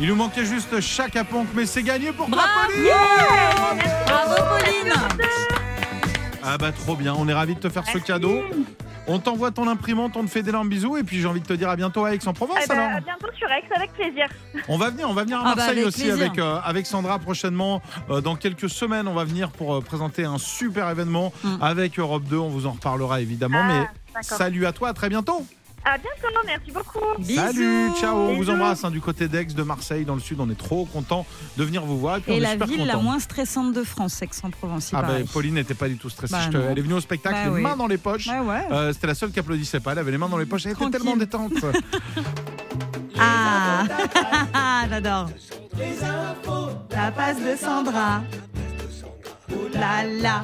S1: Il nous manquait juste Chaka Ponk, mais c'est gagné pour toi, Pauline
S2: Bravo, Pauline.
S1: Ah bah trop bien, on est ravis de te faire ce cadeau. On t'envoie ton imprimante, on te fait d'énormes bisous et puis j'ai envie de te dire à bientôt à
S9: Eh
S1: Aix-en-Provence
S9: ben,
S1: alors.
S9: à bientôt sur Aix, avec plaisir.
S1: On va venir, on va venir à
S2: Ah bah,
S1: Marseille
S2: avec
S1: aussi
S2: plaisir.
S1: avec, euh, avec Sandra prochainement. Euh, dans quelques semaines, on va venir pour euh, présenter un super événement
S2: Mm.
S1: avec Europe 2. On vous en reparlera évidemment,
S9: Ah,
S1: mais
S9: d'accord.
S1: salut à toi, à très bientôt.
S9: À bientôt, merci beaucoup.
S2: Bisous.
S1: Salut, ciao, on vous
S9: Bisous.
S1: embrasse hein, du côté d'Aix, de Marseille, dans le sud. On est trop content de venir vous voir et puis on
S2: Et
S1: est
S2: la
S1: super
S2: ville la
S1: contents.
S2: moins stressante de France, Aix-en-Provence. il
S1: Ah bah,
S2: paraît.
S1: Pauline n'était pas du tout stressée.
S2: Bah
S1: Je te-
S2: non.
S1: Elle est venue au spectacle,
S2: Bah
S1: les
S2: oui.
S1: mains dans les poches.
S2: Ouais, ouais.
S1: Euh, C'était la seule qui applaudissait pas. Elle avait les mains dans les poches. Elle était
S2: Tranquille.
S1: tellement détente.
S2: Ah, j'adore. La passe de Sandra. Ouh là là.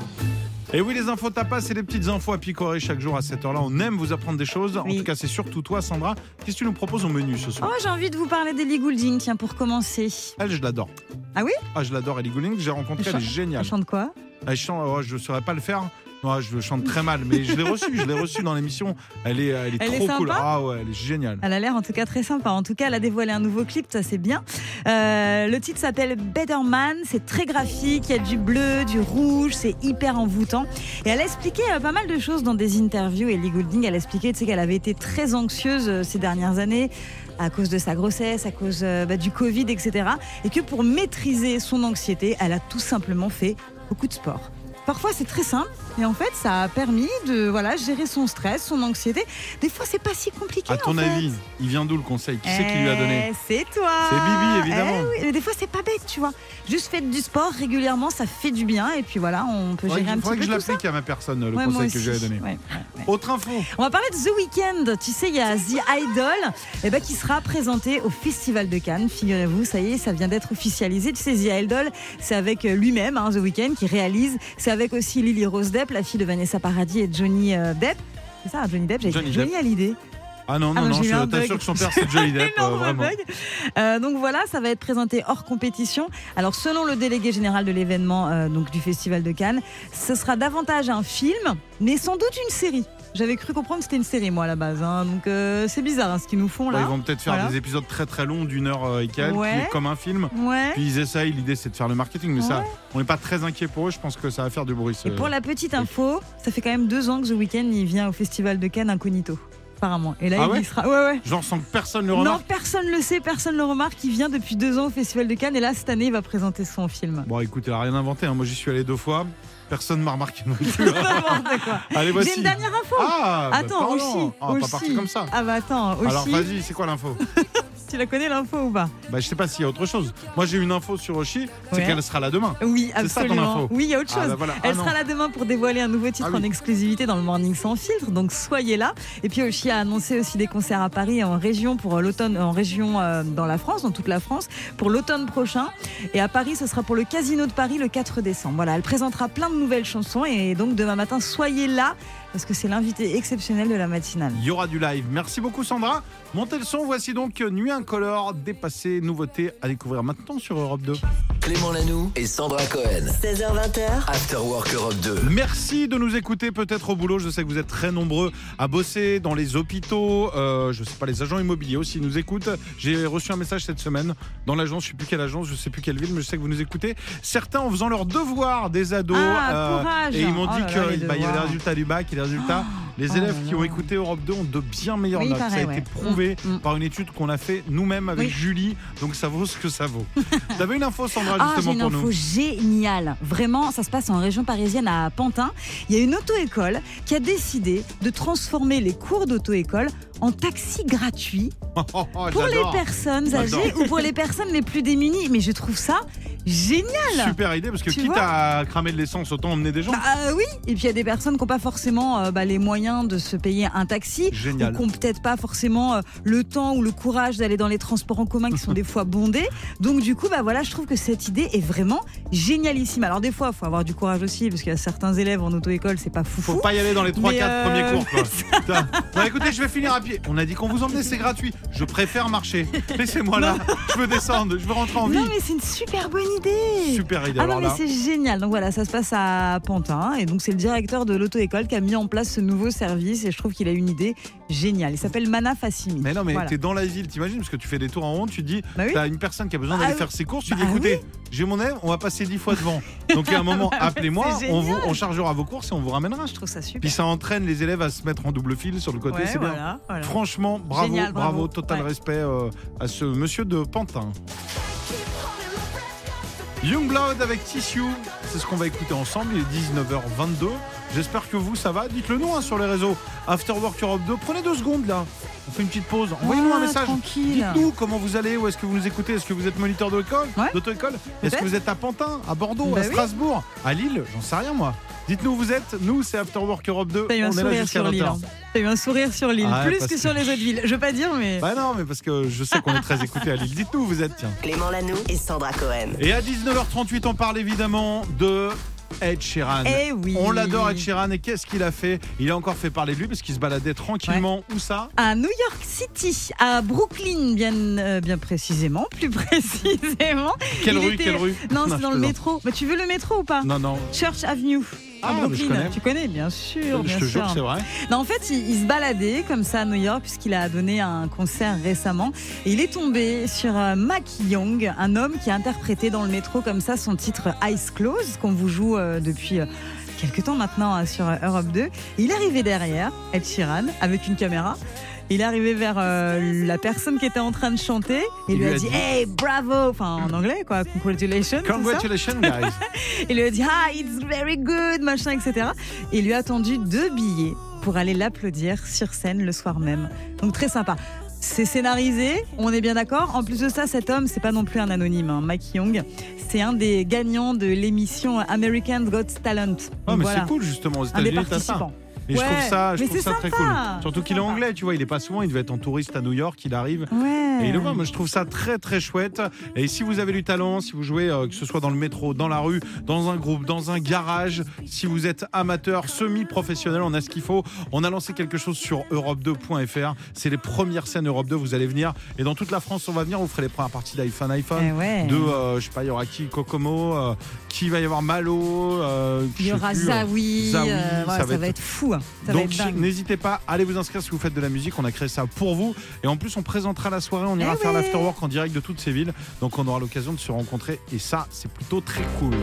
S1: Et oui, les infos tapas, c'est des petites infos à picorer chaque jour à cette heure-là. On aime vous apprendre des choses. En
S2: Oui.
S1: tout cas, c'est surtout toi, Sandra. Qu'est-ce que tu nous proposes au menu ce
S2: Oh,
S1: soir
S2: j'ai envie de vous parler d'Ellie Goulding, tiens, pour commencer.
S1: Elle, je l'adore.
S2: Ah oui
S1: Ah, je l'adore. Ellie Goulding, j'ai rencontré,
S2: Elle
S1: elle est
S2: chante-
S1: géniale.
S2: Elle chante quoi
S1: Elle chante, oh, je ne saurais pas le faire. Non, je chante très mal, mais je l'ai reçue. Je l'ai reçue dans l'émission. Elle est, elle est
S2: Elle est
S1: trop cool.
S2: sympa
S1: Ah ouais, elle est géniale.
S2: Elle a l'air en tout cas très sympa. En tout cas, elle a dévoilé un nouveau clip, ça c'est bien. Euh, le titre s'appelle Better Man. C'est très graphique, il y a du bleu, du rouge, c'est hyper envoûtant. Et elle a expliqué euh, pas mal de choses dans des interviews. Ellie Goulding, elle a expliqué tu sais, qu'elle avait été très anxieuse euh, ces dernières années à cause de sa grossesse, à cause euh, bah, du Covid, etc. Et que pour maîtriser son anxiété, elle a tout simplement fait beaucoup de sport. Parfois c'est très simple et en fait ça a permis de voilà gérer son stress, son anxiété. Des fois c'est pas si compliqué.
S1: À ton
S2: en fait.
S1: avis, il vient d'où le conseil Qui c'est qui lui a donné
S2: Eh, C'est toi
S1: C'est Bibi, évidemment.
S2: Eh oui, mais des fois, c'est pas bête, tu vois. Juste faites du sport régulièrement, ça fait du bien. Et puis voilà, on peut
S1: Faudrait
S2: gérer
S1: que-
S2: un petit
S1: faudrait
S2: peu
S1: que je
S2: tout ça.
S1: l'applique à ma personne, le
S2: Ouais, moi
S1: conseil que
S2: aussi.
S1: j'avais donné.
S2: Ouais, ouais, ouais.
S1: Autre info.
S2: On va parler de The Weeknd. Tu sais, il y a The Idol eh ben, qui sera présenté au Festival de Cannes. Figurez-vous, ça y est, ça vient d'être officialisé. Tu sais, The Idol, c'est avec lui-même, hein, The Weeknd, qui réalise. C'est avec aussi Lily Rose Depp, la fille de Vanessa Paradis et Johnny euh, Depp. C'est ça, Johnny Depp, j'ai
S1: Johnny
S2: dit Johnny Hallyday.
S1: Ah non,
S2: Ah
S1: non,
S2: non,
S1: non,
S2: j'ai eu
S1: je
S2: un
S1: t'assure
S2: bug.
S1: que son père, c'est Johnny Depp, euh,
S2: énorme
S1: vraiment.
S2: bug. Euh, donc voilà, ça va être présenté hors compétition. Alors selon le délégué général de l'événement euh, donc du Festival de Cannes, ce sera davantage un film, mais sans doute une série. J'avais cru comprendre que c'était une série moi à la base, hein. donc euh, c'est bizarre hein, ce qu'ils nous font
S1: Bah, ils
S2: là.
S1: vont peut-être faire
S2: Voilà.
S1: des épisodes très très longs d'une heure euh, et quelques,
S2: Ouais.
S1: qui- comme un film.
S2: Ouais.
S1: Puis ils essayent, l'idée c'est de faire le marketing, mais ça, on n'est pas très inquiet pour eux, je pense que ça va faire du bruit. ce-
S2: Et pour la petite info, ça fait quand même deux ans que The Weeknd il vient au Festival de Cannes incognito, apparemment. Et là
S1: Ah
S2: il
S1: ouais
S2: y sera. Ouais ouais.
S1: Genre sans que personne le
S2: Non,
S1: remarque.
S2: personne le sait, personne le remarque. Il vient depuis deux ans au Festival de Cannes et là cette année il va présenter son film.
S1: Bon, écoute, elle a rien inventé, hein. moi j'y suis allé deux fois, personne m'a remarqué non plus.
S2: N'importe quoi.
S1: Allez,
S2: J'ai
S1: voici.
S2: une dernière info.
S1: Ah, bah,
S2: Attends,
S1: pardon.
S2: aussi,
S1: Ah, pas
S2: aussi.
S1: parti comme ça.
S2: Ah bah attends, aussi.
S1: Alors vas-y, c'est quoi l'info
S2: Tu la connais l'info ou pas
S1: Bah, je sais pas s'il y a autre chose. Moi, j'ai une info sur Oshi, c'est
S2: Ouais.
S1: qu'elle sera là demain.
S2: Oui,
S1: C'est ça, ton
S2: absolument.
S1: info
S2: oui, il y a autre chose.
S1: Ah, bah, voilà. Ah,
S2: Elle
S1: non.
S2: sera là demain pour dévoiler un nouveau titre
S1: Ah oui.
S2: en exclusivité dans le Morning Sans Filtre, donc soyez là. Et puis Oshi a annoncé aussi des concerts à Paris et en région pour euh, l'automne, en région euh, dans la France, dans toute la France, pour l'automne prochain. Et à Paris, ce sera pour le Casino de Paris le 4 décembre. Voilà, elle présentera plein de nouvelles chansons et donc demain matin, soyez là parce que c'est l'invité exceptionnel de la matinale.
S1: Il y aura du live. Merci beaucoup, Sandra. Montez le son. Voici donc Nuit Incolore, dépassée, nouveauté à découvrir maintenant sur Europe 2.
S5: Clément Lanoux et Sandra Cohen.
S6: 16h20h,
S5: After Work Europe 2.
S1: Merci de nous écouter peut-être au boulot. Je sais que vous êtes très nombreux à bosser dans les hôpitaux. Euh, je sais pas, les agents immobiliers aussi nous écoutent. J'ai reçu un message cette semaine dans l'agence. Je sais plus quelle agence, je sais plus quelle ville, mais je sais que vous nous écoutez. Certains en faisant leurs devoirs des ados. euh,
S2: Ah, courage.
S1: et ils m'ont
S2: Oh
S1: dit
S2: là
S1: que
S2: là,
S1: bah,
S2: les
S1: il y avait les
S2: devoirs.
S1: résultats du bac et les résultats.
S2: oh
S1: les élèves
S2: là
S1: qui
S2: là.
S1: ont écouté Europe 2 ont de bien meilleures
S2: Oui, il
S1: notes. ça a
S2: paraît,
S1: été
S2: ouais.
S1: prouvé
S2: Mm, mm.
S1: par une étude qu'on a fait nous-mêmes avec
S2: Oui.
S1: Julie. Donc ça vaut ce que ça vaut. T'avais une info, Sandra,
S2: Ah, j'ai
S1: justement
S2: une
S1: pour
S2: info
S1: nous.
S2: géniale. Vraiment, ça se passe en région parisienne à Pantin. Il y a une auto-école qui a décidé de transformer les cours d'auto-école en taxi gratuit
S1: Oh, oh, oh,
S2: pour les
S1: j'adore.
S2: personnes
S1: J'adore.
S2: âgées ou pour les personnes les plus démunies. Mais je trouve ça génial.
S1: Super idée, parce que
S2: Tu
S1: quitte
S2: vois
S1: à cramer de l'essence, autant emmener des gens.
S2: Bah, euh, oui, et puis il y a des personnes qui n'ont pas forcément euh, bah, les moyens de se payer un taxi,
S1: Génial.
S2: ou qui n'ont peut-être pas forcément euh, le temps ou le courage d'aller dans les transports en commun qui sont des fois bondés. Donc du coup, bah voilà, je trouve que cette idée est vraiment génialissime. Alors des fois, il faut avoir du courage aussi, parce qu'il y a certains élèves en auto-école, c'est pas foufou.
S1: Faut pas y aller dans les 3-4
S2: Mais, euh,
S1: premiers cours. Quoi. Putain. Non, écoutez, je vais finir à pied. On a dit qu'on vous emmenait, c'est gratuit. Je préfère marcher. Laissez-moi là. Je veux descendre. Je veux rentrer en
S2: Non
S1: vie.
S2: mais c'est une super bonne idée.
S1: Super idée.
S2: Ah
S1: alors
S2: non mais
S1: là.
S2: c'est génial. Donc voilà, ça se passe à Pantin et donc c'est le directeur de l'auto-école qui a mis en place ce nouveau service et je trouve qu'il a une idée géniale. Il s'appelle Mana Fassimi.
S1: Mais non, mais
S2: Voilà.
S1: t'es dans la ville, t'imagines, parce que tu fais des tours en rond, tu dis,
S2: Bah oui.
S1: t'as une personne qui a besoin
S2: Bah
S1: d'aller
S2: oui.
S1: faire ses courses, tu dis,
S2: Bah
S1: écoutez, j'ai mon élève, on va passer 10 fois devant. Donc à un moment,
S2: Bah ouais,
S1: appelez-moi,
S2: c'est
S1: on, vous-
S2: génial.
S1: on chargera vos courses et on vous ramènera.
S2: Je trouve ça super.
S1: Puis ça entraîne les élèves à se mettre en double fil sur le côté,
S2: Ouais,
S1: c'est bien.
S2: voilà, voilà.
S1: Franchement, bravo,
S2: Génial,
S1: bravo,
S2: bravo.
S1: total
S2: Ouais.
S1: respect euh, à ce monsieur de Pantin. Youngblood avec Tissue, c'est ce qu'on va écouter ensemble, il est 19h22. J'espère que vous, ça va. Dites-le nous hein, sur les réseaux Afterwork Europe 2. Prenez deux secondes là, on fait une petite pause. Envoyez-nous un
S2: Ah,
S1: message.
S2: tranquille.
S1: Dites-nous comment vous allez, où est-ce que vous nous écoutez, est-ce que vous êtes moniteur d'auto-école
S2: Ouais.
S1: d'auto-école Est-ce que
S2: Peut-être.
S1: vous êtes à Pantin, à Bordeaux,
S2: Bah
S1: à
S2: oui.
S1: Strasbourg, à Lille J'en sais rien moi. Dites-nous où vous êtes, nous c'est Afterwork Europe 2, on
S2: T'as eu un
S1: est là
S2: sourire
S1: jusqu'à
S2: sur l'île.
S1: 20h.
S2: hein. T'as eu un sourire sur l'île,
S1: Ah ouais,
S2: plus
S1: parce
S2: que sur les autres villes. Je veux pas dire, mais.
S1: Bah non, mais parce que je sais qu'on est très écoutés à Lille. Dites-nous où vous êtes, tiens.
S6: Clément Lanoux et Sandra Cohen.
S1: Et à 19h38, on parle évidemment de Ed Sheeran.
S2: Eh oui.
S1: On l'adore Ed Sheeran et qu'est-ce qu'il a fait Il a encore fait parler de lui parce qu'il se baladait tranquillement. Où ça
S2: À New York City, à Brooklyn, bien, euh, bien précisément, plus précisément.
S1: Quelle
S2: Il
S1: rue
S2: était-
S1: Quelle rue
S2: Non,
S1: je
S2: c'est dans
S1: plaisante.
S2: le métro. Bah, tu veux le métro ou pas
S1: Non, non,
S2: Church Avenue.
S1: Ah,
S2: à
S1: mais je
S2: Brooklyn,
S1: connais.
S2: tu connais bien sûr,
S1: je
S2: bien
S1: te
S2: sûr.
S1: jure, c'est vrai.
S2: Non, en fait, il, il se baladait comme ça à New York puisqu'il a donné un concert récemment. Et il est tombé sur euh, Mac Young, un homme qui a interprété dans le métro comme ça son titre Eyes Closed qu'on vous joue euh, depuis euh, quelques temps maintenant hein, sur euh, Europe 2. Il est arrivé derrière Ed Sheeran avec une caméra. Il est arrivé vers euh, la personne qui était en train de chanter et
S1: Il
S2: lui a dit, Hey, bravo Enfin, en anglais, quoi. Congratulations. tout ça.
S1: Congratulations, guys.
S2: Il lui a dit Ah, it's very good, machin, etc. Et il lui a attendu deux billets pour aller l'applaudir sur scène le soir même. Donc très sympa. C'est scénarisé, on est bien d'accord. En plus de ça, cet homme, c'est pas non plus un anonyme, hein, Mike Young. C'est un des gagnants de l'émission American Got Talent.
S1: Ah,
S2: Donc
S1: mais
S2: voilà,
S1: c'est cool, justement, aux
S2: un des
S1: États-Unis, t'as ça.
S2: participants.
S1: Et je
S2: Ouais,
S1: trouve ça, je
S2: mais
S1: trouve
S2: c'est
S1: ça très cool.
S2: sympa,
S1: Surtout
S2: c'est
S1: qu'il est
S2: sympa.
S1: anglais, tu vois, il est pas souvent, il devait être en touriste à New York, il arrive.
S2: Ouais.
S1: Et il le voit, moi je trouve ça très très chouette. Et si vous avez du talent, si vous jouez, euh, que ce soit dans le métro, dans la rue, dans un groupe, dans un garage, si vous êtes amateur, semi-professionnel, on a ce qu'il faut. On a lancé quelque chose sur europe2.fr. C'est les premières scènes Europe 2, vous allez venir. Et dans toute la France, on va venir, on ferait les premières parties d'iPhone, iPhone.
S2: Eh ouais.
S1: hein. De, euh, je sais pas, il y aura qui Kokomo, euh, qui va y avoir Malo, euh,
S2: Il y
S1: je
S2: aura
S1: sais plus, euh,
S2: Zawi,
S1: Zawi,
S2: euh, voilà, ça, va être fou, hein. ça
S1: donc
S2: va être dingue.
S1: n'hésitez pas, allez vous inscrire si vous faites de la musique, on a créé ça pour vous. Et en plus on présentera la soirée, on ira
S2: Eh
S1: faire
S2: ouais.
S1: l'afterwork en direct de toutes ces villes. Donc on aura l'occasion de se rencontrer et ça c'est plutôt très cool.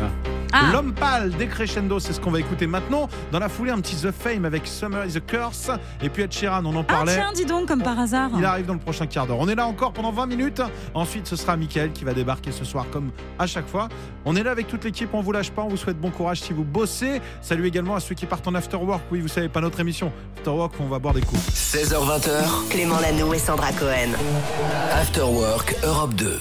S2: Ah.
S1: L'homme pâle, décrescendo, c'est ce qu'on va écouter maintenant. Dans la foulée, un petit The Fame avec Summer is a Curse. Et puis Ed Sheeran, on en
S2: Ah
S1: parlait.
S2: tiens, dis donc, comme par hasard.
S1: Il arrive dans le prochain quart d'heure. On est là encore pendant 20 minutes. Ensuite, ce sera Mickaël qui va débarquer ce soir, comme à chaque fois. On est là avec toute l'équipe. On vous lâche pas. On vous souhaite bon courage si vous bossez. Salut également à ceux qui partent en after work. Oui, vous savez, pas notre émission. After work, on va boire des coups.
S5: 16h20,
S6: Clément Lano et Sandra Cohen.
S5: After Work Europe 2.